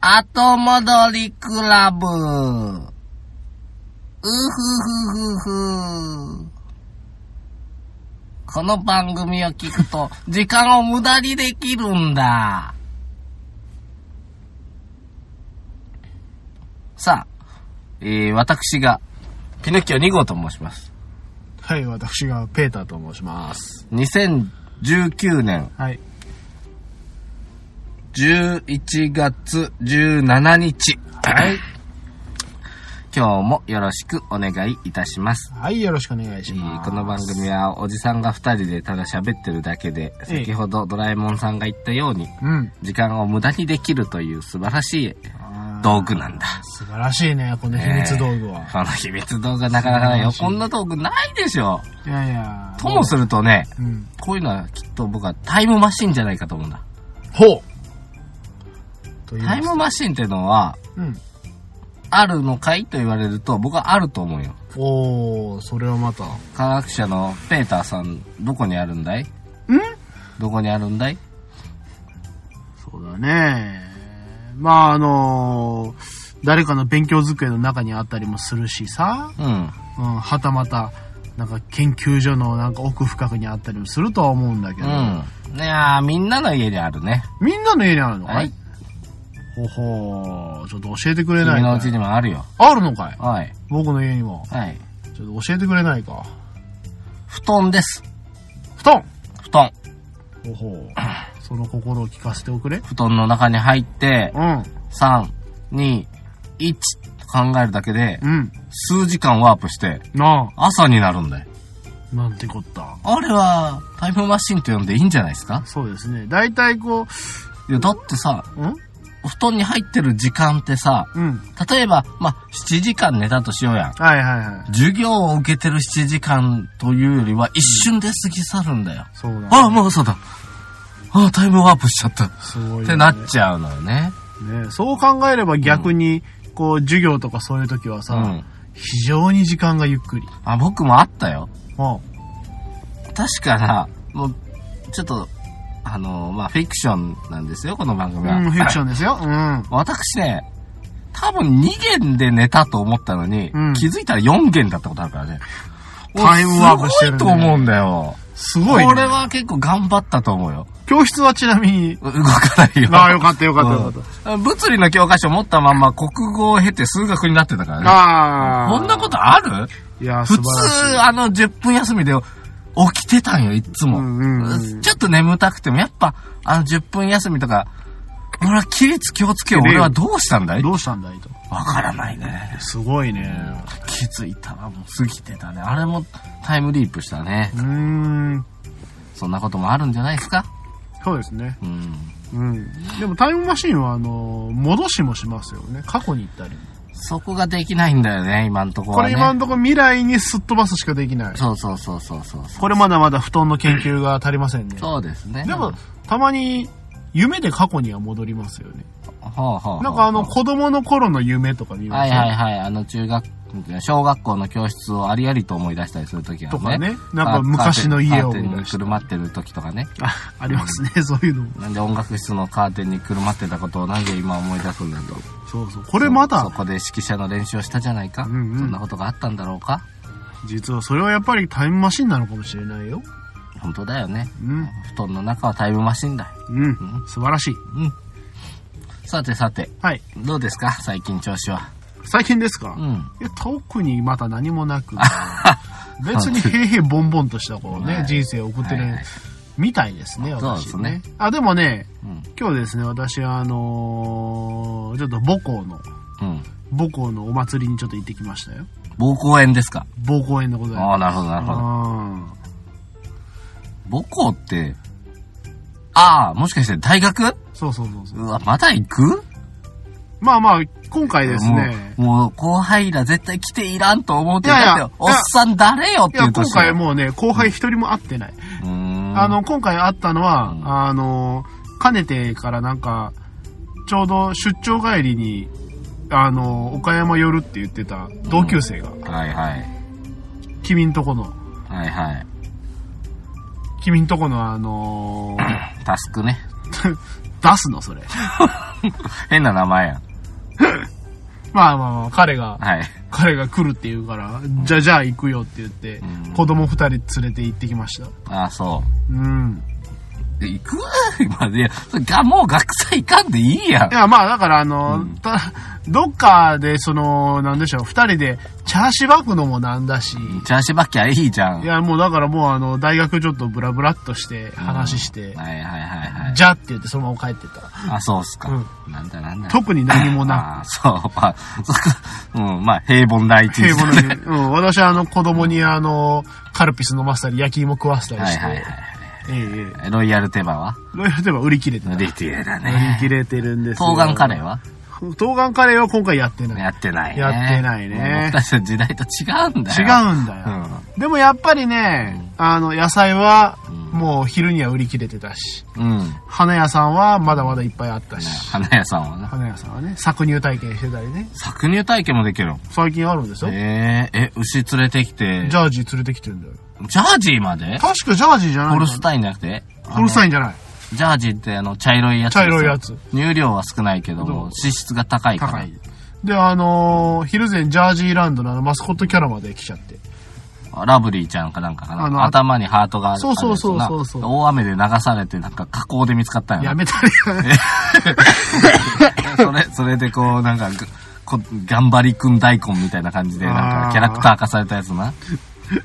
後戻りクラブ。うふふふふ。この番組を聞くと、時間を無駄にできるんだ。さあ、えー、私が、ピノッキオ2号と申します。はい、私がペーターと申します。 2019年はい。 11月17日。はい。今日もよろしくお願いいたします。はい、よろしくお願いえしまーす。この番組はおじさんが2人でただ喋ってるだけで、ええ先ほどドラえもんさんが言ったように、うん。時間を無駄にできるという素晴らしいあー道具なんだ。素晴らしいね、この秘密道具は。この秘密道具はなかなかないよ。素晴らしこいんな道具ないでしょ。いやいや。ともするとね、うん。こういうのはきっと僕はタイムマシンじゃないかと思うんだ。ほうと言いタイますムマシンっていうのは、うん。あるのかいと言われると僕はあると思うよ。おー、それはまた。ん科学者のペーターさん、どこにあるんだいどこにあるんだいそうだね。まあ、あのー誰かの勉強机の中にあったりもするしさ。うん。うん、はたまた、なんか研究所のなんか奥深くにあったりもするとは思うんだけど。うん。いやー、みんなの家にあるね。みんなの家にあるのかい、はい。ほほー、ちょっと教えてくれな君いのかうちいにもあるよ。あるのかいはい。僕の家にも。はい。ちょっと教えてくれないか。布団です。布団布団。ほほう。その心を聞かせておくれ。布団の中に入ってう、ん。 3、2、1と考えるだけで、うん。数時間ワープして、な朝になるんだよ。あ。なんてこった。あれは、タイムマシンと呼んでいいんじゃないですかそうですね。大体こいや、だってさ、う、うん布団に入ってる時間ってさ、うん。例えば、まあ、7時間寝たとしようやん。はいはいはい。授業を受けてる7時間というよりは一瞬で過ぎ去るんだよ。そうだ、ね。ああ、もう嘘だ。ああ、タイムワープしちゃった。っすごい、ね。てなっちゃうのよね。ねそう考えれば逆に、こう、授業とかそういう時はうさ、ん。非常に時間がゆっくり。あ、僕もあったよ。うん。確かな、もう、ちょっと、あの、まあ、フィクションなんですよ、この番組は。うん、フィクションですよ。うん。 私ね、多分2弦で寝たと思ったのに、うん気づいたら4弦だったことあるからね。タイムワープしてるねすごいと思うんだよ。すごい、ね。これは結構頑張ったと思うよ。教室はちなみに、う動かないよ。 ああ、よかったよかったよかった。うん物理の教科書持ったまんま国語を経て数学になってたからね。ああ。こんなことあるといや、素普晴らしい。通、あの、10分休みで起きてたんよ、いっつも。うんうんうんちょっと眠たくても、やっぱ、あの、10分休みとか、俺は規律気をつけよう。切れ俺よはどうしたんだいどうしたんだいと。わからないね。すごいね。気づいたらもう過ぎてたね。あれもタイムリープしたねう。ーん。そんなこともあるんじゃないですかそうですね。うん。うん。でもタイムマシンは、あの、戻しもしますよね。過去に行ったりも。そこができないんだよね、今んとここはれね。今のところ未来にすっ飛ばすしかできない。そうそうそうそうそう。これまだまだ布団の研究が足りませんね。そうですね。でも、たまに、夢で過去には戻りますよね。ほうほうほうなんかあの、子供の頃の夢とか見まはすいよはいはい。あの、中学、小学校の教室をありありと思い出したりするときはね。とかねなんか昔の家をカーテンカーテン思にい出したくるまってるときとかね。あ、ありますね、そういうのも。なんで音楽室のカーテンにくるまってたことをなんで今思い出すんだと。そうそう。これまそだ、こで指揮者の練習をしたじゃないか。うんうんそんなことがあったんだろうか。実はそれはやっぱりタイムマシンなのかもしれないよ。本当だよね。うん。布団の中はタイムマシンだ。うん。素晴らしい。うん。さてさて、はい。どうですか最近調子は。最近ですか、ういん。や特にまた何もな く、別に平々ボンボンとしたこうね、はい人生を送ってるはいはいみたいですね、そうで私すねね。あ、でもね、うん。今日ですね、私はあのーちょっと母校の、うん。母校のお祭りにちょっと行ってきましたよ。膀胱炎ですか母校園でございあまあ、なるほどなるす。ほど。あ母校って、ああ、もしかして大学ーそうそうそうそう。うわ、まだ行くまあまあ、今回ですね、もう、もう後輩ら絶対来ていらんと思うて、いやいやだって、おっさん誰よっいていや、う今年回もうね、後輩一人も会ってない。うーん。あの、今回会ったのは、うんあの、かねてからなんか、ちょうど出張帰りに、あの、岡山寄るって言ってた同級生が、はいはい。君んとこの、はい はい。君んとこのあの、 タスクね。出すのそれ。変な名前やん。まあまあまあ、彼が、はい。彼が来るって言うから、じゃあじゃあ行くよって言ってうん、子供二人連れて行ってきました。あ、そうん。う。行く まあ、いや、それが、もう学祭行かんでいいやんい。や、まあ、だから、あの、うんたどっかで、その、なんでしょう、二人で、チャーシバくのもなんだし、チャーシューバッキャいいじゃん。いや、もうだからもう、あの、大学ちょっとブラブラっとして、話して、はいはいはいはい。じゃって言って、そのまま帰ってった。あ、そうっすか。うなんだなんだ。特に何もなあー そう、まあ、そっか。うん、まあ、平凡な一く、日平だ凡ねな、うん、私は、あの、子供に、あの、カルピス飲ませたり、焼き芋食わせたりはいして、はいはいええはい。ロイヤルテバはええ。例えば、売り切れてた。売り切れだ売り切ね。れてるんですよ冬瓜カレーは冬瓜カレーは今回やってない。やってないね。やってないね私の時代と違うんだ違よ。うんだよ。うん。でもやっぱりね、あの、野菜はうん、もう昼には売り切れてたし、うん。花屋さんはまだまだいっぱいあったし、花屋さんはな。花屋さんはね、搾乳体験してたりね、搾乳体験もできるの。最近あるんですよ。えええ、牛連れてきて、ジャージ連れてきてるんだよ。ジャージーまで確かジャージじゃないホのルスタインじゃなくてホルスタインじゃない。ジャージーってあの、茶色いやつ。茶色いやつ。乳量は少ないけども、脂質が高いから。高い。で、あのー、昼前ジャージーランドのあのマスコットキャラまで来ちゃって。ラブリーちゃんかなんかかあな。の頭にハートがあるそうそうそうそうそうあれやつな大雨で流されて、なんか河口で見つかったんややな。めたり、 それ、それでこう、なんか、こ頑張りくん大根みたいな感じで、なんあかーキャラクター化されたやつな。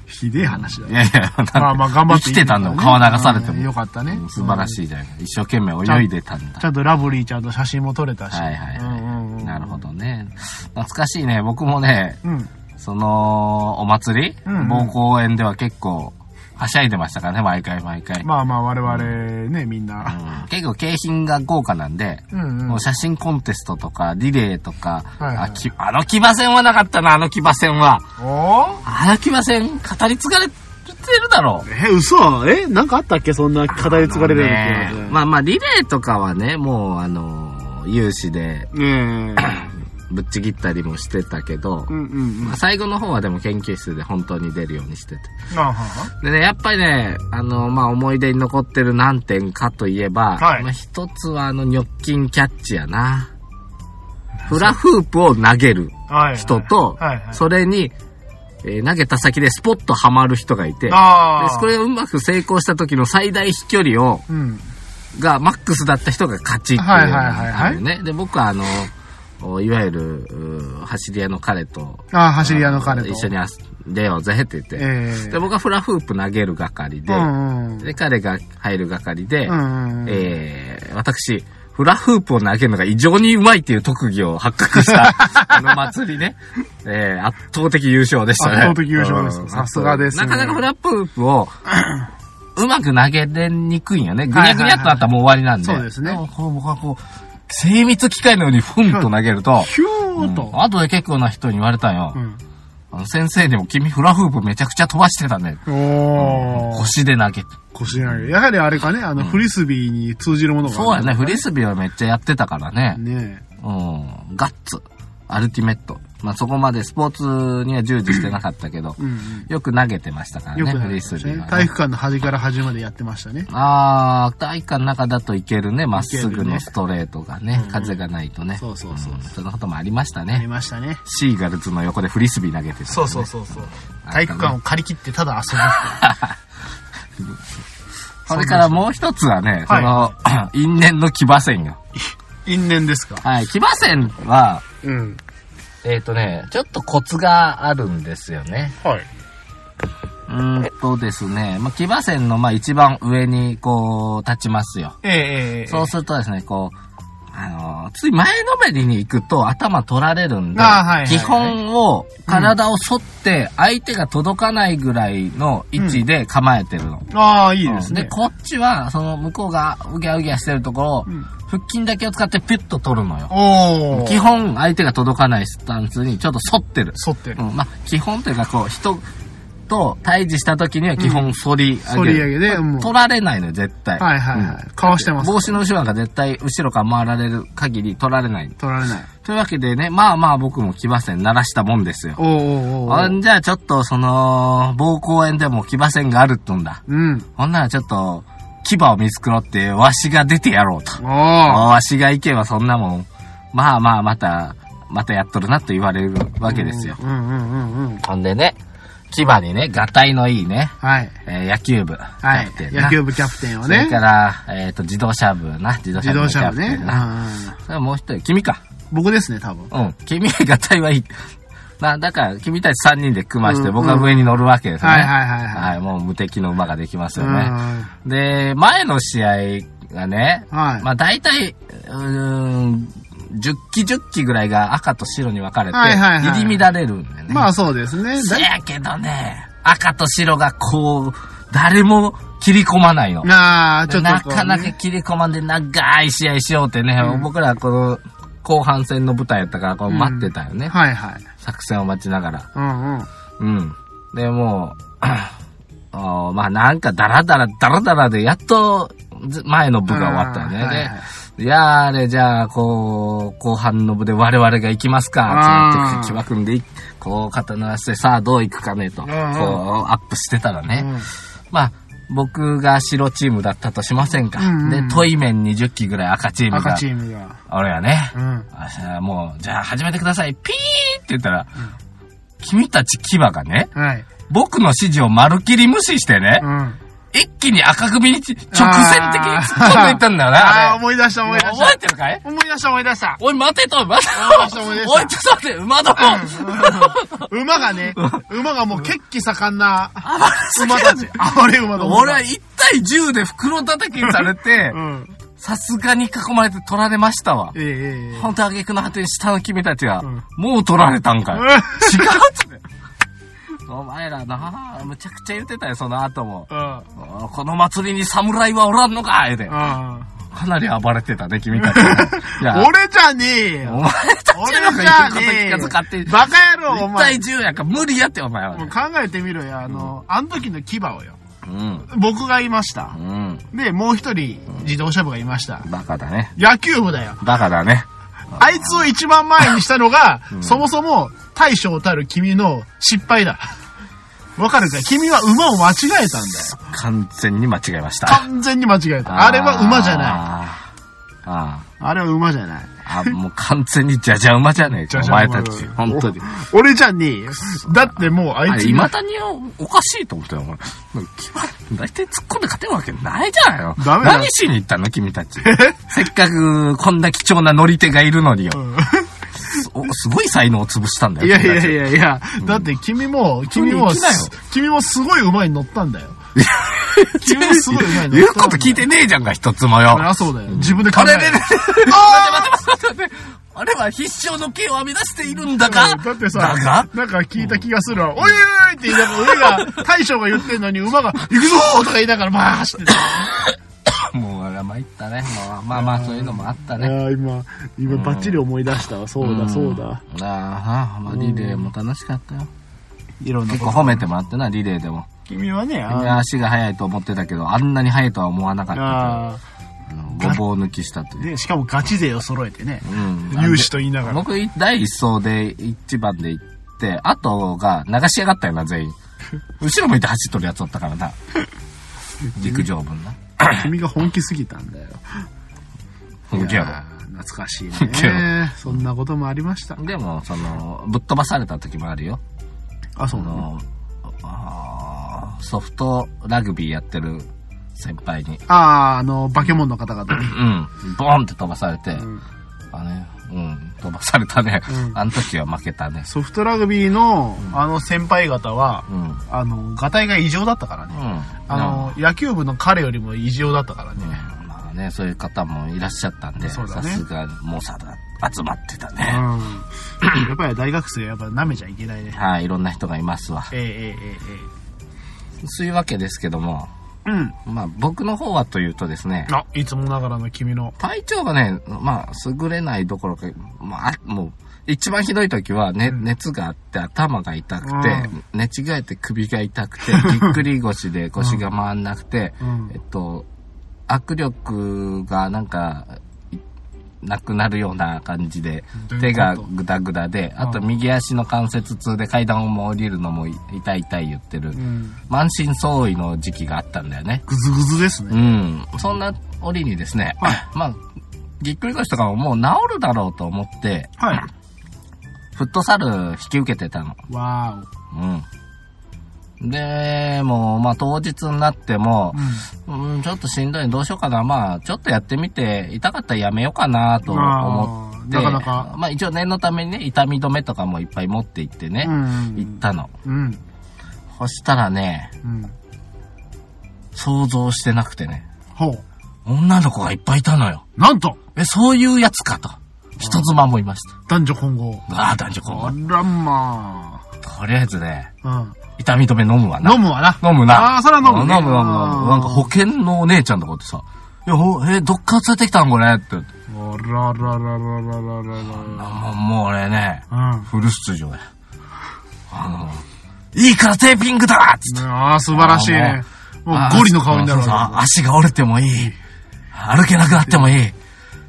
ひでえ話だいよ。やいや、なんかまあまあ頑張って生きてたんだよ。川流されてうんよも。かったね。素晴らい。しいじゃないか。一生懸命泳いでたんだち。ゃんとラブリーちゃんと写真も撮れたし。はいはいうんうんはうい。んなるほどね。懐かしいね。僕もね、うん。その、お祭りうんうん某公園では結構、はしゃいでましたからね、毎回毎回。まあまあ我々ね、みんな。結構景品が豪華なんで、うんうん。もう写真コンテストとか、リレーとか、はいはいあきあの騎馬戦はなかったな、あの騎馬戦は。おあの騎馬戦、語り継がれてるだろう。え、嘘えなんかあったっけそんな語り継がれるようなあのね気まあまあ、リレーとかはね、もう、あの、有志でねえ。ぶっちぎったりもしてたけど、うんうん うんまあ。最後の方はでも研究室で本当に出るようにしてて。あははでね、やっぱりね、あの、まあ、思い出に残ってる何点かといえば、はいまあ、一つはあの、ニョッキンキャッチやな。フラフープを投げるはいはい人と、はいはいそれに、えー投げた先でスポッとはまる人がいて、でああ。それをうまく成功した時の最大飛距離を、うん。がマックスだった人が勝ちっていうのはいはいはがいはいあるね。で、僕はあの、おいわゆる、うー走り屋の彼と、ああ、走り屋の彼と。一緒に。出ようぜって言って、ええ。で、僕はフラフープ投げる係で、うんうん。で、彼が入る係で、うんうん。えー、私、フラフープを投げるのが異常にうまいっていう特技を発覚 した、あの祭りね。えー、圧倒的優勝でしたね。圧倒的優勝ですうんさすがですねなかなかフラフープを、うまく投げれにくいんよね。ぐにゃぐにゃっとなったらもう終わりなんで。はいはいはいそうですねもこう僕はこう、精密機械のようにフンと投げると、ヒューと。あとで結構な人に言われたんよ。うん。あの先生にも君フラフープめちゃくちゃ飛ばしてたね。おー。腰で投げて。腰投げ。やはりあれかね、あの、フリスビーに通じるものがあるそうやね。フリスビーはめっちゃやってたからね。ねうん。ガッツ。アルティメット。まあ、そこまでスポーツには従事してなかったけどえ。、うんよく投げてましたからうん。よね、くなフりリまスしビーたねは。体ね。育館の端から端までやってましたね。あー、体育館の中だといけるね、まっすぐのストレートがね、うん風がないとね。そうそうそうんそんなこともありましたありね。ましたね。シーガルズの横でフリスビー投げてた。そうそうそうそう。ね体育館を借り切ってただ遊ぶっそれからもう一つはね、その は、因縁の騎馬戦よ。ていう。因縁ですかはい、騎馬戦は、うん。えっ、とね、ちょっとコツがあるんですよね。はい。うーんとですね、まあ、騎馬線のまあ一番上にこう立ちますよ。ええええ。そうするとですね、こう、あのーつい前のめりに行くと頭取られるんで、あーはいはいはい基本を体を反って相手が届かないぐらいの位置で構えてるの。ああ、いいうんですね。こっちは、その向こうがうぎゃうぎゃしてるところを、うん腹筋だけを使ってピュッと取るのよ。おお。基本相手が届かないスタンスにちょっと反ってる。反ってるう。ん、まあ、基本というか、こう、人と対峙した時には基本反り上反げりる。上げで、もう。取られないのよ、絶対。はいはいはい。かわしてます。帽子の後ろなんか絶対後ろから回られる限り取られない。取られない。というわけでね、まあまあ僕も騎馬戦鳴らしたもんですよ。おーおーおーほんじゃあちょっとその、某公園でも騎馬戦があるっとんだ。うん。ほんならちょっと、牙を見繕って、わしが出てやろうと。ああ。わしが行けばそんなもん、まあまあまた、またやっとるなと言われるわけですよ。うんうんうんうん。ほんでね、千葉にね、ガタイのいいね、はい。えー野球部、はキャいプテ。ンな野球部キャプテンをそれねか。ら、えっ、と、自動車部な、自動車自部の動キ車ャ部プテね。うンんな。うんそれもう一人、君か。僕ですね、多分。うん。君、がたいはいい。な、だから、君たち3人で組まして、うん僕が上に乗るわけですね。はいはいはいはいはい、もう無敵の馬ができますうよんね。で、前の試合がね、はい。まあ大体、うーん、10機10機ぐらいが赤と白に分かれて、はいはいはい入り乱れるんだよね。まあそうですね。せだやけどね、赤と白がこう、誰も切り込まないの。なあ、ちょっとなこうねかなか切り込まんで長い試合しようってね、うん僕らこの後半戦の舞台やったからこう待ってたよね、はいはい。作戦を待ちながら。うんうん。うん。で、も う、あーまあなんかダラダラ、ダラダラでやっとず前の部が終わったよね。あーはいではいいやーれ、じゃあ、こう、後半の部で我々が行きますあか、ーつって、木組んでい、こう、肩鳴らして、さあ、どう行くかね、と、んこう、アップしてたらね、うんまあ、僕が白チームだったとしませんか。うんうんで、トイメン20機ぐらい赤チーム赤がチ、ームが。俺はねう、ん。あじゃあもう、じゃあ始めてください、ピーって言ったら、君たち牙がね、はい。僕の指示をまるっきり無視してね、うん。一気に赤組に直線的に突っ込んでいったんだよな、ああ、あれ。思い出した思い出し覚えた。てるかい思い出した思い出した。おい、待てと、待て思い出した思い出しおい、ちょっと待って、馬ども。馬がね、馬がもう血気盛んな馬たち。暴れ馬の馬。俺は1対10で袋叩きにされてう、ん。さすがに囲まれて取られましたわえ。えええ。ほんと、挙句の果てに下の君たちがん、もう取られたんかい。うん違うっつって。お前らなあ、むちゃくちゃ言ってたよ、その後も。うん。おこの祭りに侍はおらんのか言うて。うん。かなり暴れてたね、君たちは。いや 俺じゃねえお よ。前たちなん俺じゃかねえ言うよこと聞かず勝手に。バカ野郎、お1対前。 10やんか無理やって、お前はもう。考えてみろよ、あの、あの時の牙をよ。うん。僕がいましたう。ん。で、もう一人、自動車部がいました。バカだね。野球部だよ。バカだね。あいつを一番前にしたのが、そもそも大将たる君の失敗だ。わかるかい君は馬を間違えたんだよ。完全に間違えました。完全に間違えた。あれは馬じゃない。あーああれは馬じゃない。ー。あ、もう完全にじゃじゃ馬じゃねえじか、ゃおじゃ馬前たち。本当に。俺じゃねえよ。だってもうああいれ、ついがまだにおかしいと思ったよ、お前。決ま大体突っ込んで勝てるわけないじゃないよ。ダメだよ何しに行ったの、君たち。せっかく、こんな貴重な乗り手がいるのによ。おすごい才能を潰したんだよ。いやい君たやちいやいや、だって君も、君行もきなよ、君もすごい馬に乗ったんだよ。君もすごい馬に乗ったんだ言ようこと聞いてねえじゃんか、一つもよ。そりゃそうだよ。自分で考えあれれれる。待って待って待って待って。 あれは必勝の刑を編み出しているんだが。だってださが、なんか聞いた気がするわ。おいおいおいって言いながら、上が、大将が言ってんのに馬が、行くぞーとか言いながら、まあ走ってた。もう、あれは参ったね。まあまあまあ、そういうのもあったね。や今、今バッチリ思い出したわ。そん。ああ、まあ、リレーも楽しかったよ。いろんな結構褒めてもらってな、リレーでも。君はね、みんな足が速いと思ってたけど、あんなに速いとは思わなかったあけどうん、ごぼう抜きしたとあ、いう。で、しかもガチ勢を揃えてね、うん。勇士と言いながら。僕、第一走で一番で行って、あとが流しやがったよな、全員。後ろ向いて走っとるやつおったからな。陸上分な。君が本気すぎたんだよ。本気やろい。ー懐かしいけどね。そんなこともありました。でも、その、ぶっ飛ばされた時もあるよ。あ、そうあなのの、あーソフトラグビーやってる先輩に、ああ、あの、化け物の方々に。うん、ボーンって飛ばされて、んあね、うん、飛ばされたね。あの時は負けたね。ソフトラグビーの、あの先輩方はう、ん。うん。あの、ガタイが異常だったからね。あの、野球部の彼よりも異常だったからうん、ね。まあね、そういう方もいらっしゃったんで、そうださねすがに猛者だ、集まってたうね。ん。やっぱり大学生はやっぱ舐めちゃいけないね。はい、いろんな人がいますわ。えええええそういうわけですけども、えうん。まあ僕の方はというとですね、あ、いつもながらの君の。体調がね、まあ、優れないどころか、まあ、あもう、一番ひどい時は、ね、熱があって頭が痛くて、寝違えて首が痛く て、ぎっくり腰で腰が回んなくて、うんえっと、握力がなんか、いなくなるような感じでどういうこと、手がグダグダで、あと右足の関節痛で階段をも降りるのも痛い痛い言ってるう。ん。満身創痍の時期があったんだよね。ぐずぐずですうね。ん。そんな折にですね、はいまあ、ぎっくり腰とかももう治るだろうと思って、はい。フットサル引き受けてたの。わうん。で、もう、まあ、当日になってもーお。、ううん、ちょっとしんどい、どうしようかな。まあ、ちょっとやってみて、痛かったらやめようかな、とん。思あっーて。なかなか。まあ、一応念のためにね、痛み止めとかもいっぱい持って行ってうね、行っん。たの。うん。そしたらね、うん。想像してなくてね、ほう。女の子がいっぱいいたのよ。なんとえ、そういうやつかと。人妻もいました。男女混合。ああ、男女あ混らま合。とりあえずね、あ。痛み止め飲むわうん。な。飲むわな。飲むな。ああ、そら飲むね。飲む飲む飲む。なんか保険のお姉ちゃんとかってさ、いや、ほえ、どっから連れてきたんこれって。あららららららららもう、もう俺ね、ら。うん。フル出場や。あの、いいからテーピングだわっつって。ああ、素晴らしいね。もうゴリの顔になるそうそうそうわ足が折れてもいい。歩けなくなってもいい。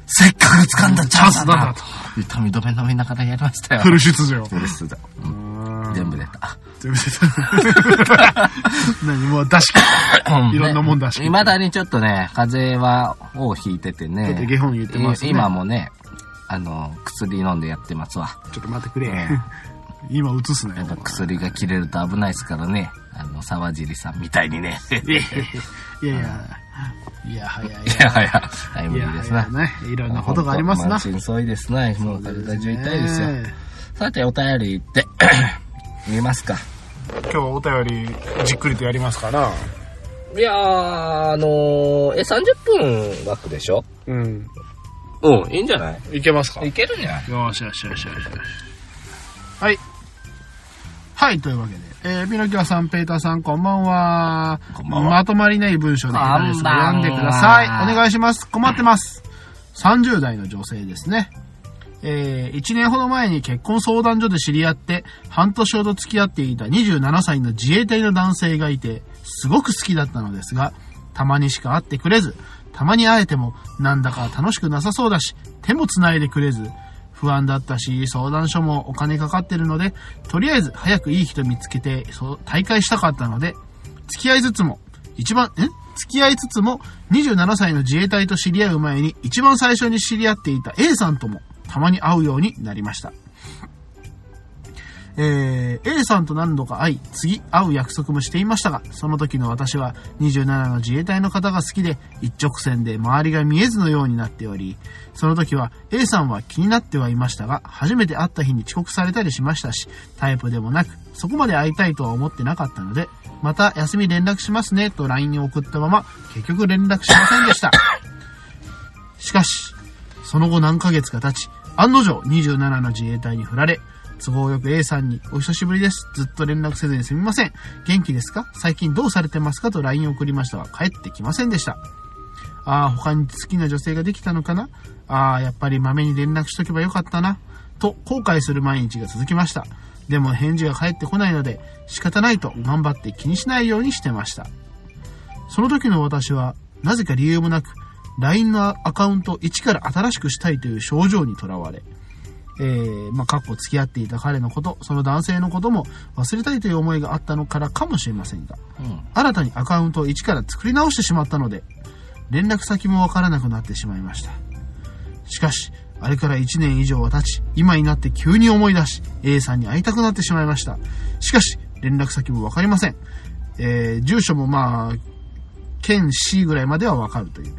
せっかく掴んだチャンスなんだと。痛み止め飲みながらやりましたよけ。フル出場。フル出場。うん全部出た。全部出た。 何もう出し切った。いろんなもん出し切いった。まだにちょっとね、風邪は、をひいててね。だって下本言ってますね。今。もね、あの、薬飲んでやってますわ。ちょっと待ってくれ。 今映すなや よっぱ。薬が切れると危ないですからね。あの、沢尻さんみたいにね。いやいや。いや、早い。いやいや、タイムリいや、ーです早な。いね。いろんなことがありますな。心いですな。もう体中痛いですよ。ねさて、お便り行って、 見ますか。今日お便りじっくりとやりますから。いやー、あのー、え、30分枠でしょうん。うん、いいんじゃないいけますかいけるんじゃないよしよしよしよしよし。はい。はい、というわけで。えー、ミノキワさん、ペーターさん、こんばんは。こんばんはまとまりない文章で下手ですがこんばんは読んでください。お願いします。困ってます。30代の女性ですね。えー、1年ほど前に結婚相談所で知り合って、半年ほど付き合っていた27歳の自衛隊の男性がいて、すごく好きだったのですが、たまにしか会ってくれず、たまに会えても、なんだか楽しくなさそうだし、手も繋いでくれず、不安だったし、相談所もお金かかってるので、とりあえず早くいい人見つけて、そう、大会したかったので、付き合いつつも、一番、ん付き合いつつも、27歳の自衛隊と知り合う前に、一番最初に知り合っていた A さんとも、たまに会うようになりました。えー A さんと何度か会い、次会う約束もしていましたが、その時の私は27の自衛隊の方が好きで、一直線で周りが見えずのようになっており、その時は A さんは気になってはいましたが、初めて会った日に遅刻されたりしましたし、タイプでもなく、そこまで会いたいとは思ってなかったので、また休み連絡しますねと LINE に送ったまま、結局連絡しませんでした。しかし、その後何ヶ月か経ち、案の定27の自衛隊に振られ、都合よく A さんに、お久しぶりです。ずっと連絡せずにすみません。元気ですか最近どうされてますかと LINE を送りましたが、帰ってきませんでした。ああ、他に好きな女性ができたのかなああ、やっぱり豆に連絡しとけばよかったな。と、後悔する毎日が続きました。でも返事が返ってこないので、仕方ないと頑張って気にしないようにしてました。その時の私は、なぜか理由もなく、LINE のアカウントを一から新しくしたいという症状にとらわれ、えー、まあ、かっこ付き合っていた彼のこと、その男性のことも忘れたいという思いがあったのからかもしれませんが、うん。新たにアカウントを一から作り直してしまったので、連絡先もわからなくなってしまいました。しかし、あれから1年以上は経ち、今になって急に思い出し、A さんに会いたくなってしまいました。しかし、連絡先もわかりません。えー住所もまあ、県 C ぐらいまではわかるという。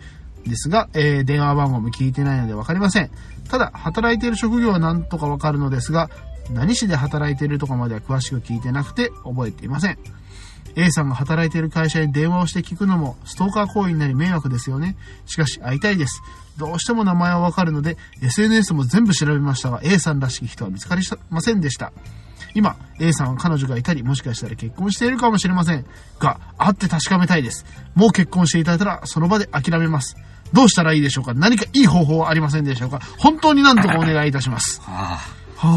ですが、えー電話番号も聞いてないのでわかりません。ただ、働いている職業はなんとかわかるのですが、何市で働いているとかまでは詳しく聞いてなくて覚えていません。A さんが働いている会社に電話をして聞くのもストーカー行為になり迷惑ですよね。しかし会いたいです。どうしても名前はわかるので、SNS も全部調べましたが、A さんらしき人は見つかりませんでした。今、A さんは彼女がいたり、もしかしたら結婚しているかもしれません。が、会って確かめたいです。もう結婚していただいたら、その場で諦めます。どうしたらいいでしょうか何かいい方法はありませんで しょうか本当になんとかお願いいたします。あはぁ、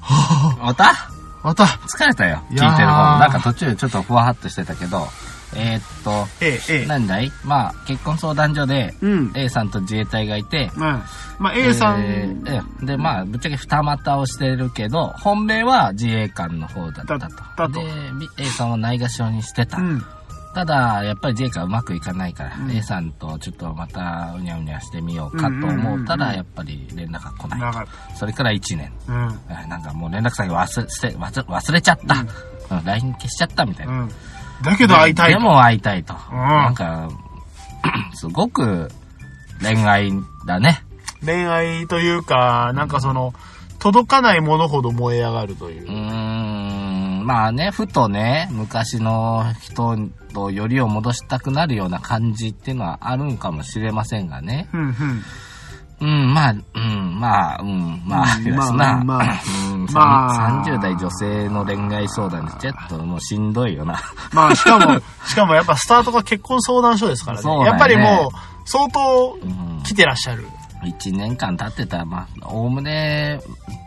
はぁ、あ。またはまた、疲れたよ。聞いいてやるー方も。なんか途中ちょっとふわっとしてたけど、えーっと、ええ、ええ。なんだいまあ、結婚相談所で、うん。 A さんと自衛隊がいて、まあ、まあ、A さん、えーええで、まあ、ぶっちゃけ二股をしてるけど、本命は自衛官の方だったと。だったとで、B- A さんはないがしろにしてた。うん。ただ、やっぱり J がうまくいかないから、うん A さんとちょっとまたうにゃうにゃしてみようかと思ったうんうんうんうら、んやっぱり連絡が来ない。なかっそれから1年。た。うん。あなんかもう連絡先忘れして忘忘れちゃった。うん LINE 消しちゃったみたいな。うん。だけど会いたい。で、も会いたいと。うんなんか、 すごく恋愛だね。恋愛というか、なんかその、届かないものほど燃え上がるというーん、う。まあね、ふとね、昔の人とよりを戻したくなるような感じっていうのはあるんかもしれませんがね。うん、うん。うん、まあ、うん、まあ、うん、まあ、うんいやそんな、まあまあうんさんまあ30代女性の恋愛相談ってちょっともうしんどいよな。まあ、しかも、 しかもやっぱスタートが結婚相談所ですからそうだよね。ねやっぱりもう、相当うん来てらっしゃる。 1年間経ってたら、まあ、おおむね、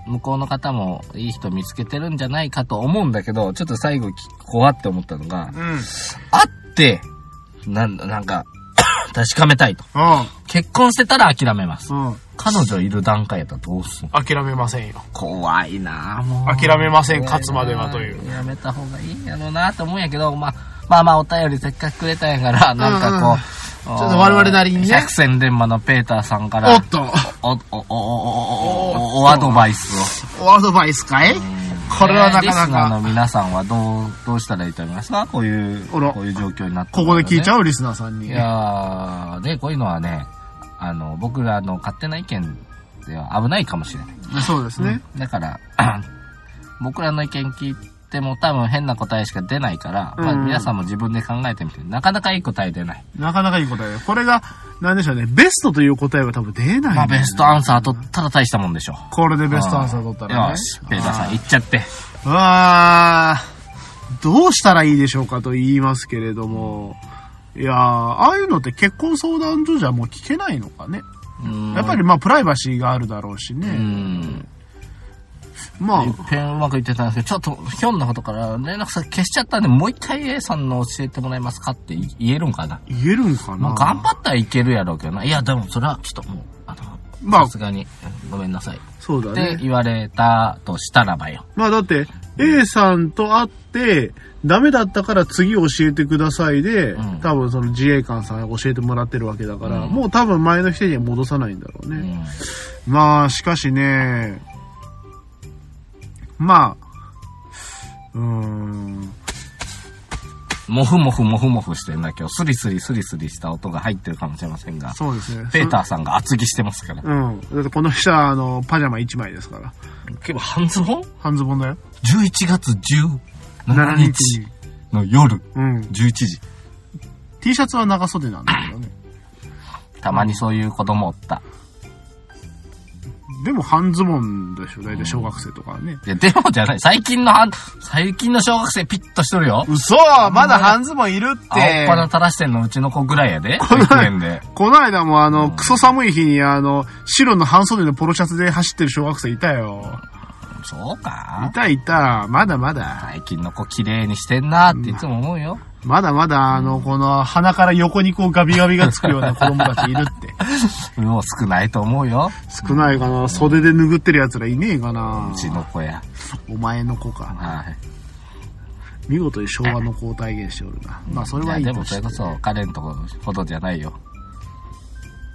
向こうの方もいい人見つけてるんじゃないかと思うんだけど、ちょっと最後聞、怖って思ったのがう、ん。うん。会って、なん、なんか、 確かめたいと。結婚してたら諦めます。うん。彼女いる段階やったらどうすん諦めませんよ。怖いなあもう。諦めません勝つまではというやめた方がいいんやろうなと思うんやけど、まあ、まあまあお便りせっかくくれたんやから、なんかこう、んちょっと我々なりにね百戦錬磨のペーターさんから、おっと、お、お、お、お、お、お、おアドバイスを。おアドバイスかいこれはなリかなスナーのか、皆さんはどう、どうしたらいいと思いますかこういう、あらこういう状況になって、ここで聞いちうゃうリスナーさんに。いやー、で、こういうのはね、あの、僕らの勝手な意見では危ないかもしれない。そうですね。だから、僕らの意見聞いても多分変な答えしか出ないから、まあうん皆さんも自分で考えてみて、なかなかいい答え出ない。なかなかいい答えだよ。これが、なんでしょうね。ベストという答えは多分出ないんだよね、まあベストアンサー取ったら大したもんでしょう。これでベストアンサー取ったらね。よし、ペーターさん、行っちゃって。あーどうしたらいいでしょうかと言いますけれども、いやーああいうのって結婚相談所じゃもう聞けないのかね。うんやっぱりまあプライバシーがあるだろうしうね。ん。まあいっ、ぺんうまくいってたんですけど、ちょっと、ひょんなことから連絡先消しちゃったんで、もう一回 A さんの教えてもらえますかって言えるんかな。言えるんかまな。あ、頑張ったらいけるやろうけどな。いや、でもそれはちょっともう、あまの、あさすがに、ごめんなさい。っそうだてね。言われたとしたらばよ。まあだって、A さんと会って、ダメだったから次教えてくださいで、うん多分その自衛官さんが教えてもらってるわけだから、うんもう多分前の人には戻さないんだろうね。うんまあ、しかしね、まあ、うーん、もふもふもふもふしてんな、今日。スリスリスリスリした音が入ってるかもしれませんが。そうですね。ペーターさんが厚着してますから。そうん。だってこの人は、あの、パジャマ1枚ですから。結構半ズボン半ズボンだよ。 ?11 月17 7日日に。の夜うん。 11時。 T シャツは長袖なんだけど ね。たまにそういう子供おった。でも半ズボンでしょ。大体小学生とかはね。いや、でもじゃない。最近のはん、最近の小学生ピッとしとるよ。嘘まだ半ズボンいるっ青っぱな垂らしてんのうちの子ぐらいや で。保んな育園で。この間もあの、クソ寒い日にあの、白の半袖のポロシャツで走ってる小学生いたよ。そういかたいた。まだまだ。最近の子綺麗にしてんなっていつも思うよ。まだまだ、あの、この、鼻から横にこうガビガビがつくよう な子供たちいるって。もう少ないと思うよ。少ないかな袖で拭ってる奴らいねえかなうちの子や。お前の子か。はい。見事に昭和の子を体現しておるな。まあ、それいはやいいでともそしれてこ。そ彼のとこほどじゃないよ。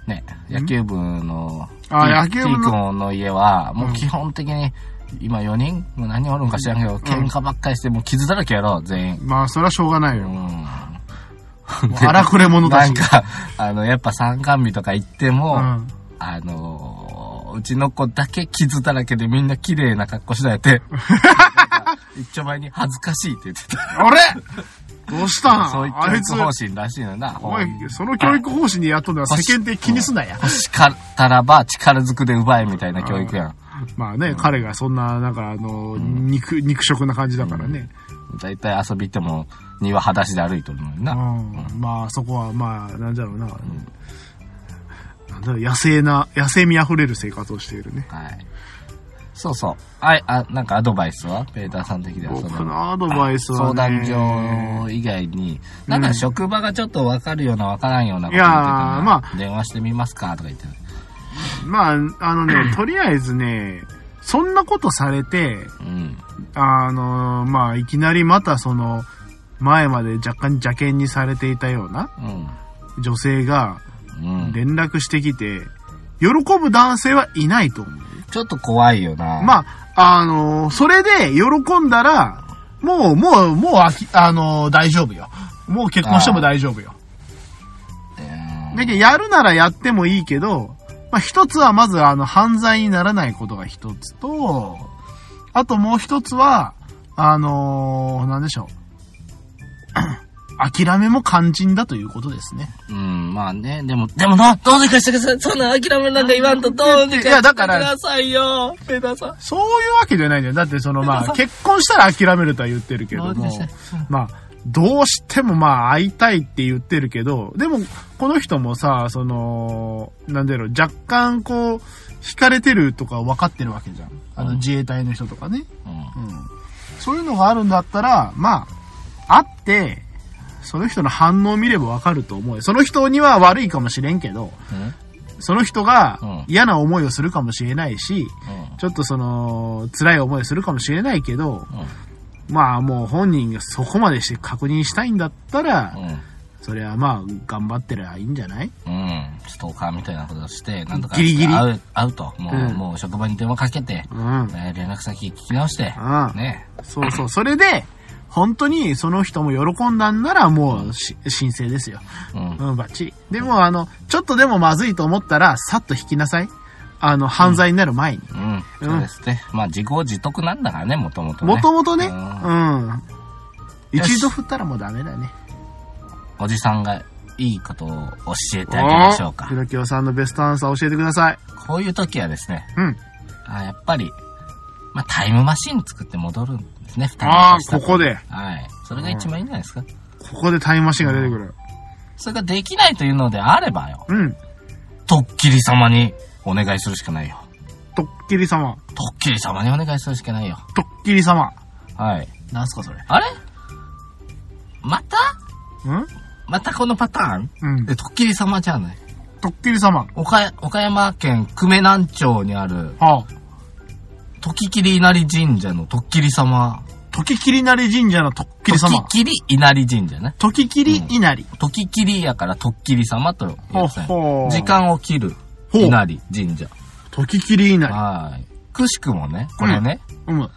ね、野球部の、あティ野球部のティ君の家は、もう基本的に、今4人もう何おるんか知らんけど、喧嘩ばっかりして、もう傷だらけやろ、全員。まあ、それはしょうがないうよ。もん。う荒くれ者たなちん。か、 あの、やっぱ参観日とか行っても、うん。あのーうちの子だけ傷だらけでみんな綺麗な格好しない で、一丁前に恥ずかしいって言ってた。あれどうしたんそういうあいつ教、育方針らしいのな。お前、その教育方針にやっとんのは世間で気にすなや。欲しかったらば力ずくで奪えみたいな教育やん。まあね、彼がそんな、なんかあの、肉、肉食な感じだからね。だいたい遊び行っても庭裸足で歩いとるのにな。うん、まあそこはまあなんだろうな、なんだろう野生な野生味あふれる生活をしているねはい。そうそう。あ、あ、なんかアドバイスはペーターさん的には僕のアドバイスは相談ね。所以外に、なんうかん職場がちょっとわかるようなわからんようなこと言ってたいやーなま電話してみますかとか言ってまあ、あの ね、とりあえずね、そんなことされて、うん。あの、まあ、いきなりまたその、前まで若干邪険にされていたようなうん。女性がうん。連絡してきて、喜ぶ男性はいないと思う。ちょっと怖いよな。まあ、あのーそれで喜んだら、もう、もう、もうあき、あのー大丈夫よ。もう結婚しても大丈夫よ。うんだけど、やるならやってもいいけど、まあ、一つはまず、あの、犯罪にならないことが一つと、あともう一つは、あのーなんでしょう。諦めも肝心だということですね。うん、まあね、でも、でもな、どうにかしてください。そんな諦めなんか言わんと、どうにかしていやだくからださいよ、ペーターさん。そういうわけじゃないじゃん。だってその まあ、結婚したら諦めるとは言ってるけどどうもでしょう、まあ、どうしてもまあ会いたいって言ってるけど、でも、この人もさ、その、なんだろう、若干こう、惹かれてるとか分かってるわけじゃん。あのうん自衛隊の人とかね。うんうん。そういうのがあるんだったら、まあ、会って、その人の反応を見れば分かると思うよ。その人には悪いかもしれんけど、うん。その人がうん嫌な思いをするかもしれないし、うちょっとその、辛い思いをするかもしれないけど、ん。まあもう本人がそこまでして確認したいんだったら、うん。それはまあ頑張ってりゃいいんじゃないうん。ストーカーみたいなことをして、なんとかギリギリ会う、会うと。もう、うんもう職場に電話かけて、うん。うん。えー連絡先聞き直して、ね。そうそう。それで、本当にその人も喜んだんならもうし申請ですよ。うん。うん、バッチリ。でもあの、ちょっとでもまずいと思ったら、さっと引きなさい。あの、犯罪になる前に。うん。そうですね。まあ、自業自得なんだからね、もともとね。もともとね、う。うんよし一度振ったらもうダメだね。おじさんがいいことを教えてあげましょうかひ。ろきおさんのベストアンサー教えてください。こういう時はですね、うん。あやっぱり、まあ、タイムマシン作って戻るんですね、二人のああ下ー、ここで。はい。それが一番いいんじゃないですか。ここでタイムマシンが出てくる。それができないというのであればよ、うん。ドッキリ様にお願いするしかないよ。とっきり様。ドッキリ様にお願いするしかないよ。とっきり様。はい。なんすかそれ。あれまたうんまたこのパターンうんで、。ドッキリ様じゃない。とっきり様。岡や岡山県久米南町にある、はあ。時切稲荷神社のドッキリ様。時切りなり神社のとっきり時様。切稲荷神社ね。時切り稲荷。時切りやからとっきり様と言ってたんやほほう時間を切るほう稲荷神社時切り稲荷。はいくしくもねこれね、うん。 1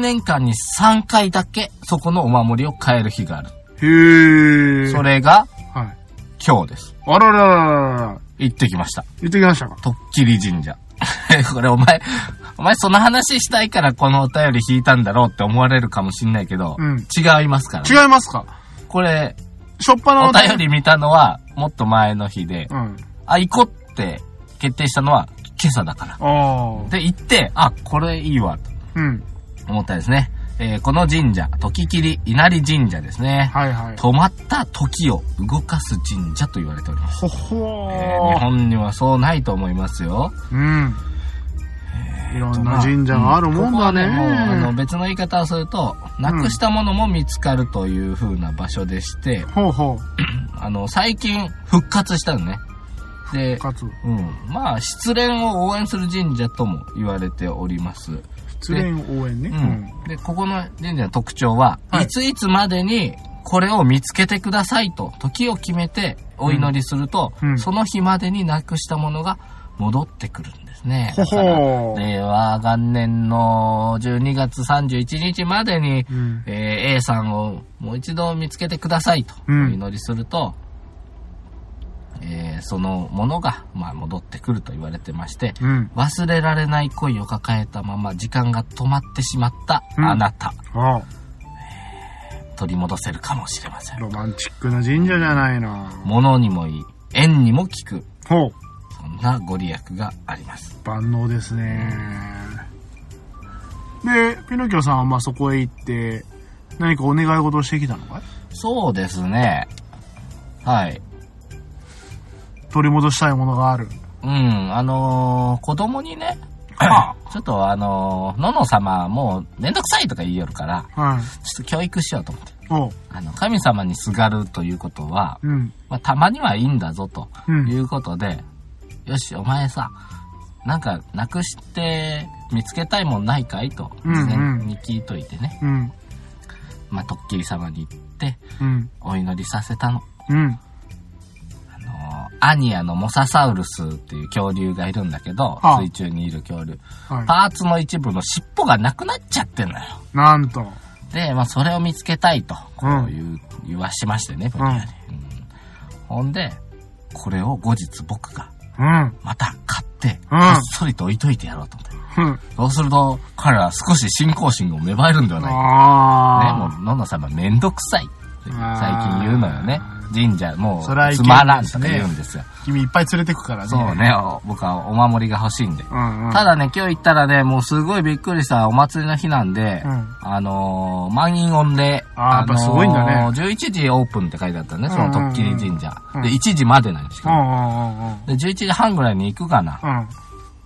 年間に3回だけそこのお守りを変える日があるへえ。そ。れがはい。今日ですあらららららら。行ってきました言ってきましたかとっきり神社 これお前お前その話したいからこのお便り引いたんだろうって思われるかもしんないけど、うん違いますから、ね、違いますかこれしょっぱなおの便り見たのはもっと前の日で、うん。あ行こうって決定したのは今朝だからああ。で、行って、あ、これいいわ、とうん。思ったですね。えーこの神社、時切稲荷神社ですね。はいはい。止まった時を動かす神社と言われております。ほほえー日ー。本にはそうないと思いますよ。うん。いろんな神社があるもんこだこはねもうあのね。別の言い方をすると、なくしたものも見つかるという風な場所でして、ほうほう。あの、最近復活したのね。で、かつ、うん。まあ、失恋を応援する神社とも言われております。失恋応援ね。うん、でここの神社の特徴は、はいい、ついつまでにこれを見つけてくださいと時を決めてお祈りすると、うんうんその日までになくしたものが戻ってくるんですね。ほほだからー令和元年の12月31日までに、うんえー A さんをもう一度見つけてくださいとおうん祈りすると、えーそのものが、まあ、戻ってくると言われてまして、うん。忘れられない恋を抱えたまま時間が止まってしまったあなた、ああ。取り戻せるかもしれませんロマンチックな神社じゃないな。物にもいい縁にも効くほう。そんなご利益があります万能ですね。で、ピノキオさんはまあそこへ行って、何かお願い事をしてきたのかいそうですねはい取り戻したいものがある。うんあのー子供にねま あちょっとあの、のの様もうめんどくさいとか言いよるから、はい。ちょっと教育しようと思って。おう。あの、神様にすがるということは、うん。まあ、たまにはいいんだぞとうんいうことで、よし、お前さ、なんか、なくして見つけたいもんないかいと、うんう事ん前に聞いといてね、うん。まあ、とっきり様に行って、うん。お祈りさせたの。うん。あのーアニアのモササウルスっていう恐竜がいるんだけど、はあ水中にいる恐竜。はパーツの一部の尻尾がなくなっちゃってんのよ。い。なんと。で、まあ、それを見つけたいと、こうんう言う、言わしましてね、僕にはね。うんほんで、これを後日僕が、うん。また買って、うんこっそりと置いといてやろうと思って。うん。そうすると、彼らは少し信仰心が芽生えるんではないか。ね、もああ。う、のんの様めんどくさいって最近言うのよねあ。神社、も、それはいうつけないですねまらんとか言うんですよ。君いっぱい連れてくからね。そう。ね、お僕はお守りが欲しいんで。うんうん。ただね、今日行ったらね、もうすごいびっくりしたお祭りの日なんで、うんあのー満員御礼。あーやっぱすごいんだねあのー11時オープンって書いてあったね、そのとっきり神社。うんうんうんで、1時までなんですけうど。んうんうんうん。で、11時半ぐらいに行くかな。うん。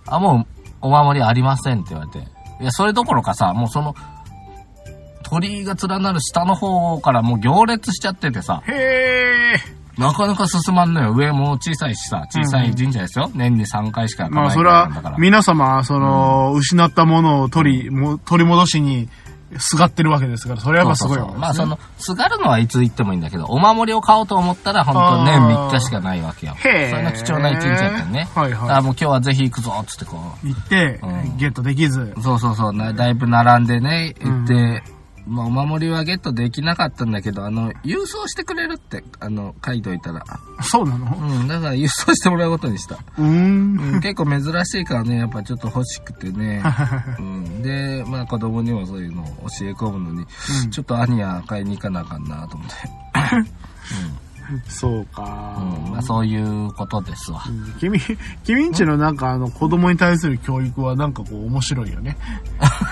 あ、もう、お守りありませんって言われて。いや、それどころかさ、もうその、鳥居が連なる下の方からもう行列しちゃっててさ、へえ。なかなか進まんのよ。上も小さいしさ、小さい神社ですよ。年に3回しか行かまあないそぐれらいなんだかはら。皆様、その、失ったものを取り、も取り戻しに、すがってるわけですから、それはやっぱすごいそうわそうそうまけですあその、すがるのはいつ行ってもいいんだけど、お守りを買おうと思ったら、本当年あー3日しかないわけよ。そへーれが貴重な一日やったよね。はいはいだからもう今日はぜひ行くぞ、つってこ行って、うんゲットできず。う。そうそうそう、なだいぶ並んでね、う行んって、まあお守りはゲットできなかったんだけど、あの、郵送してくれるって、あの、書いといたら。そうなのうん、だから郵送してもらうことにした。うーん。うん、結構珍しいからね、やっぱちょっと欲しくて ね。うん、で、まあ子供にもそういうのを教え込むのに、ちょっとアニア買いに行かなあかんなと思って。そううんまかあ、。そういうことですわ。君、君んちのなんかあの子供に対する教育はなんかこう面白いよね。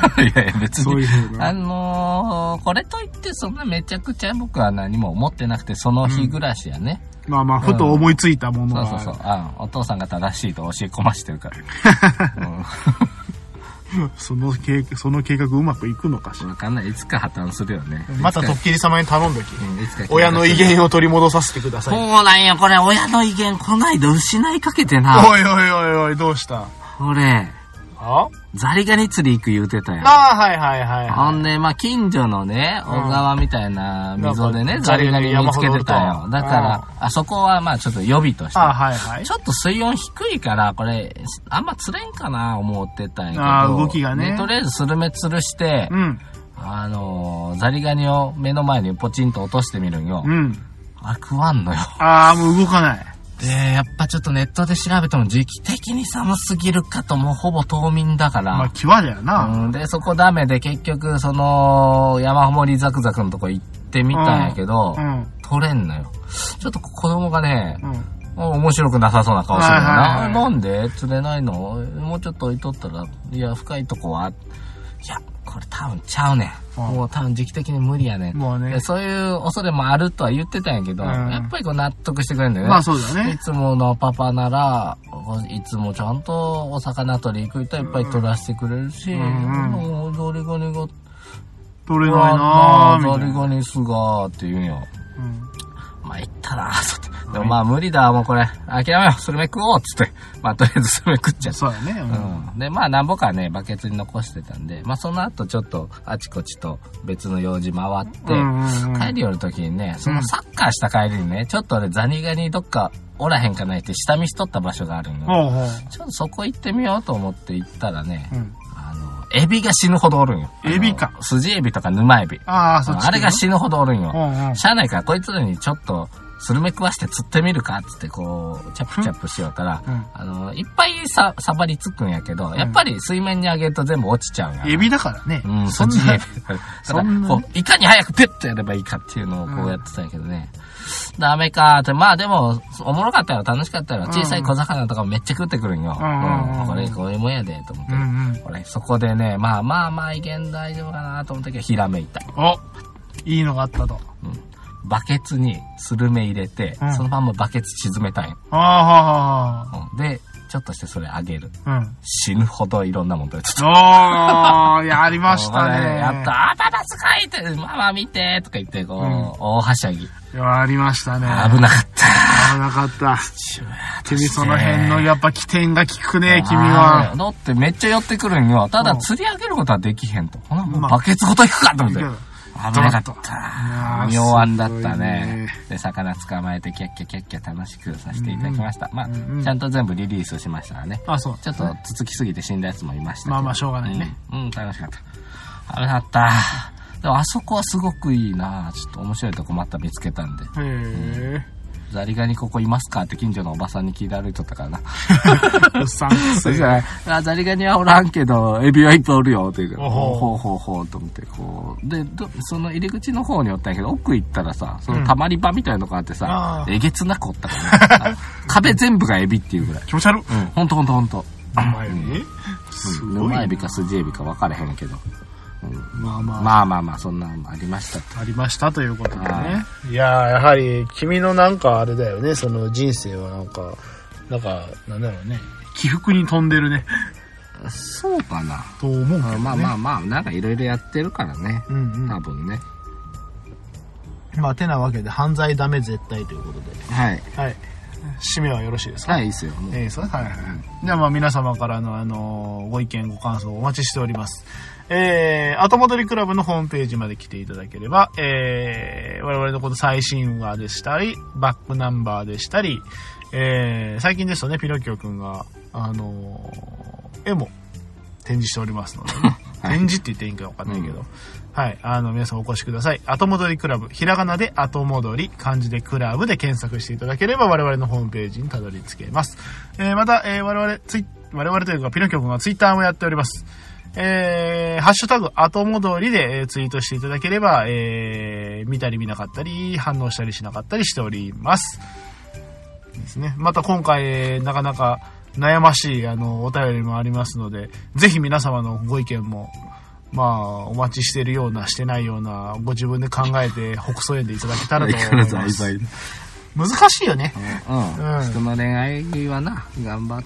いやいや、別そういうに。ふうあな。のーこれといってそんなめちゃくちゃ僕は何も思ってなくて、その日暮らしやね。まあまあ、ふと思いついたものそうが。そうそう。あお父さんが正しいと教え込ましてるから。 その計画、その計画うまくいくのかしうん。ら。わかんない。いつか破綻するよね。またとっきり様に頼んどき。うんいつか親の威。厳を取り戻させてくだそうさい。なんや、これ、親の威厳、こないだ失いかけてな。おいおいおいおい、どうしたこれ、あザリガニ釣り行く言うてたやん。ああ、はいはいはい ほはんで、まあ、近所のね、小川みたいな溝でなねん、かザリガニ見つけてた山ほどおよ。るとだから、あそこはまあ、ちょっと予備としい。て。ああ、はいはい。ちょっと水温低いから、これ、あんま釣れんかな、思ってたんやけど。あー動きがねとりあえずスルメ吊るしてう、ん、あのーザリガニを目の前にポチンと落としてみるんよう。ん。あれ食わんのよ。ああ、もう動かない。で、やっぱちょっとネットで調べても時期的に寒すぎるかと、もうほぼ冬眠だから。まあ、際だよな。うん、で、そこダメで結局、その、山盛りザクザクのとこ行ってみたんやけど、うん、取れんのよ。ちょっと子供がね、うん。面白くなさそうな顔してるのはいはいはな。いなんで釣れないのもうちょっと置いとったら、いや、深いとこは、いや、これ多分ちゃうねん。うんもう多分時期的に無理やねん。もうねで。そういう恐れもあるとは言ってたんやけど、うんやっぱりこう納得してくれるんだよね。まあ、そうだいね。つものパパなら、いつもちゃんとお魚取り行く人はいっぱい取らせてくれるし、ううんうんんザリガニが、取れないなあーザみたいリな。ガニすがーって言うんよ。うんまあ、行ったなー、つって。でもまあ、無理だ、もうこれ、諦めよう、スルメ食おう、つって。まあ、とりあえずスルメ食っちゃった。そうだね。うんうん、で、まあ、なんぼかね、バケツに残してたんで、まあ、その後ちょっと、あちこちと別の用事回って、うんうんうん帰り寄るときにね、そのサッカーした帰りにね、ちょっと俺ザニガニどっかおらへんかないって下見しとった場所があるの。ほうほう。ちょっとそこ行ってみようと思って行ったらね、うんあの、エビが死ぬほどおるんよ。エビかあの。筋エビとか沼エビ。ああ、そっち。あれが死ぬほどおるんうんよ。うん。しゃあないからこいつらにちょっと、スルメ食わして釣ってみるかっつってこう、チャプチャプしよったら、うんあの、いっぱいさ、さばりつくんやけど、やっぱり水面に上げると全部落ちちゃうんや。エビだからね。うん、そそんっちにな。だかそんなら、こう、いかに早くピュッとやればいいかっていうのをこうやってたんやけどね。ダメかーって。まあでも、おもろかったよ、楽しかったよ。小さい小魚とかもめっちゃ食ってくるんよ。うんうんうんうんこれ、こういうもんやで、と思ってうんう。ん。これ、そこでね、まあまあまあ、いけん大丈夫かなと思ったけど、ひらめいた。おいいのがあったと。バケツにスルメ入れてうん、そのままバケツ沈めたんよ。ああ、はあはあはあ。うんで、ちょっとしてそれあげる。うん。死ぬほどいろんなもん取れてた。おー、やりました これね。やった、あたたすごいって、ママ見てとか言って、こう、大はしゃぎ。やりましたね。危なかった。危なかった。君その辺のやっぱ起点が効くね、君あはー。だってめっちゃやってくるんよ。ただ釣り上げることはできへんと。ほな、もうまあバケツごと行くかと思っていや。危なかっドロッとた。いやー妙案だったすごいねね。で、魚捕まえてキャッキャキャッキャ楽しくさせていただきました。まあ、うんうんちゃんと全部リリースしましたからね。あ、そう。ちょっとつつきすぎて死んだやつもいましたけど。まあまあしょうがないねうん。うん、楽しかった。危なかった。でもあそこはすごくいいなちょっと面白いとこまた見つけたんで。へえ。ザリガニここいますかって近所のおばさんに聞いて歩いとったから な。うっさんくそせうじえゃない。あ、ザリガニはおらんけど、エビはいっぱいおるよ、っていうから。おほうほううほうほう、と思って、こう。で、どその入り口の方におったんやけど、奥行ったらさ、その溜まり場みたいなのがあってさあ、ーえげつなくおったから ねあ壁全部がエビっていうぐらい。気持ち悪っ。うん、ほんとほんとほんと。甘いね。すうんごい沼エ。ビかスジエビか分かれへんけど。まあまあ。まあまあまあ、そんなのもありましたって。ありましたということではね。いやーやはり君のなんかあれだよね、その人生はなんか、なんか、なんだろうね。起伏に飛んでるね。そうかな。と思うけど、あね。まあまあまあ、なんかいろいろやってるからね。うんうん多分ね。まあ、てなわけで犯罪ダメ絶対ということで。はい。はい。締めはよろしいですかはい、いいっすよ。もうええそうはいはいはい。ではまあ皆様からの、あのーご意見、ご感想をお待ちしております。えー、後戻りクラブのホームページまで来ていただければ、えー、我々のこと最新話でしたり、バックナンバーでしたり、えー、最近ですとね、ピノキオくんが、あのー絵も展示しておりますので、ね展示って言っていいんかわかんないけど、はい、あの、皆さんお越しください。後戻りクラブ、ひらがなで後戻り、漢字でクラブで検索していただければ、我々のホームページにたどり着けます。えー、また、えー、我々、ツイ我々というか、ピノキョ君はツイッターもやっております。えー、ハッシュタグ、後戻りで、えーツイートしていただければ、えー、見たり見なかったり、反応したりしなかったりしております。ですね。また今回、えーなかなか悩ましい、あの、お便りもありますので、ぜひ皆様のご意見も、まあ、お待ちしてるような、してないような、ご自分で考えて、北総園でいただけたらと相変思わらいずま愛す。妻難しいよね。うんうん人の恋愛はな頑張頑張っっ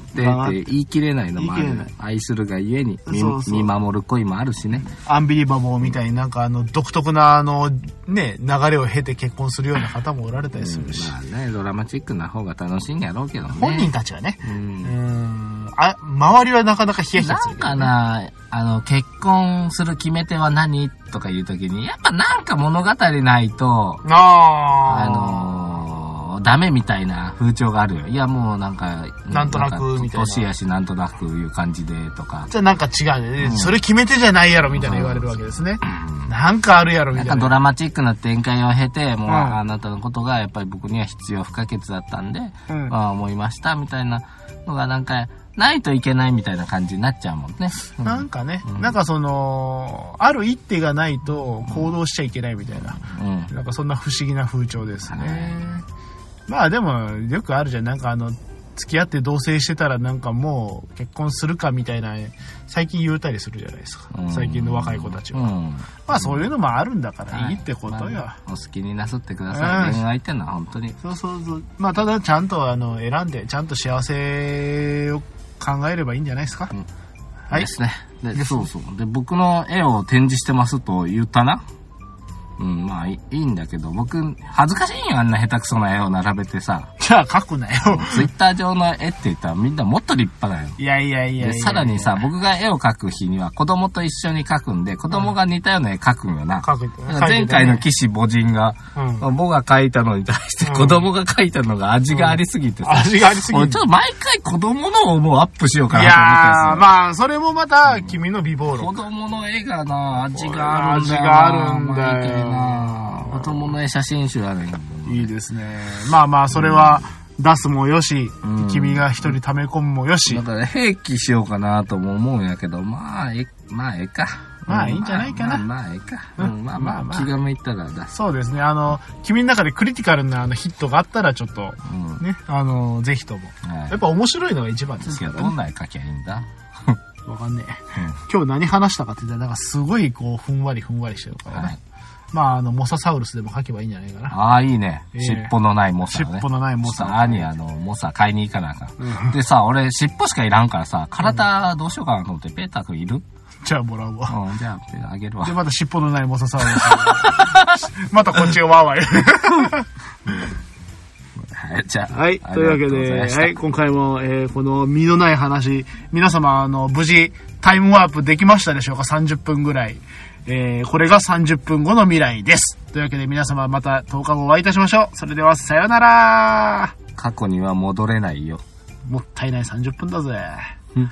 てって言い切れないのもある言い切れない愛するがゆえに見そうそう見守る恋もあるしねアンビリバボーみたいになんかあの、独特なあの、ね、流れを経て結婚するような方もおられたりするし、まあねドラマチックな方が楽しいんやろうけどね本人たちはね、ううんん、あ、周りはなかなかヒヤヒヤなするんけどかね、な、あの、結婚する決め手は何とかいうときに、やっぱなんか物語ないと、ああのーダメみたいな風潮があるよ。いや、もうなんか、なんとなくみたいな年やし、なんとなくいう感じで、とかー。じゃあなんか違うね、それ決め手じゃないやろみたいな言われるわけですね。なんかあるやろみなんたかいドな。ラマチックな展開を経て、もう、うんあなたのことがやっぱり僕には必要不可欠だったんで、うんまあ思いましたみたいなのがなんか、ないといけないみたいな感じになっちゃうもんね。うんなんかね、なんかその、ある一手がないと行動しちゃいけないみたいな、うん。なんかそんな不思議な風潮ですね。まあでも、よくあるじゃん。なんかあの、付き合って同棲してたらなんかもう結婚するかみたいな、最近言うたりするじゃないですかう。ん最近の若い子たちうは。ん。まあそういうのもあるんだからはいいってことよ。まあお好きになさってください。うん恋愛ってのは本当に。そうそうそう。まあただちゃんとあの、選んで、ちゃんと幸せを考えればいいんじゃないですか。うんはいで。すね。で、そうそう。で、僕の絵を展示してますと言ったな。うん、まあいいいいんだけど、僕、恥ずかしいよ、あんな下手くそな絵を並べて さ。じゃあ書くなよ。ツイッター上の絵って言ったらみんなもっと立派だよ。いやいやいやいでや。さらにさ、僕が絵を描く日には子供と一緒に描くんで、子供が似たような絵描くんよな。書くってだから前回の岸母人が、うん僕が描いたのに対してうん子供が描いたのが味がありすぎてさ、味がありすぎ俺るちょ。っと毎回子供のをもうアップしようかいなやとー、思っまあ、それもまた君の美てさ、貌子論。供の絵がな、味があるんだよ味な。があるんだよ毎回な子供の絵写真集あるんよいいですね。まあまあ、それは出すもよし、うん君が一人溜め込むもよしだ。から、兵器しようかなとも思うんやけど、まあ、え、まあ、ええか。まあいいんじゃないかなうんまあ、まあええか。ううんん、まあまあ、まあまあ気が向いたら出す。そうですね。あの、君の中でクリティカルなあのヒットがあったら、ちょっと、うん。ね、あの、ぜひとも。はいやっぱ面白いのが一番でですすけかど、らどんね。な絵描きゃいいんだわかんねえうん。今日何話したかって言ったら、なんかすごいこう、ふんわりふんわりしてるからはねい。。まあ、あの、モササウルスでも書けばいいんじゃないかな。ああ、いいね。ええ尻尾のないモサね。尻尾のないモサさあにあの、モサ買いに行かなあかん。でさ、俺、尻尾しかいらんからさ、体どうしようかなと思って、ペーター君いるじゃあもらうわ。うん、じゃあ、ペーターあげるわで、。また尻尾のないモササウルス。 またこっちがワーワー言う。はい、じゃあ。はい、というあわけで、りがとうございましたはい、今回も、えーこの身のない話、皆様、あの、無事、タイムワープできましたでしょうか ?30 分ぐらい。えーこれが30分後の未来です。というわけで、皆様、また10日後お会いいたしましょう。それでは、さようなら過去には戻れないよ。もったいない30分だぜ。うん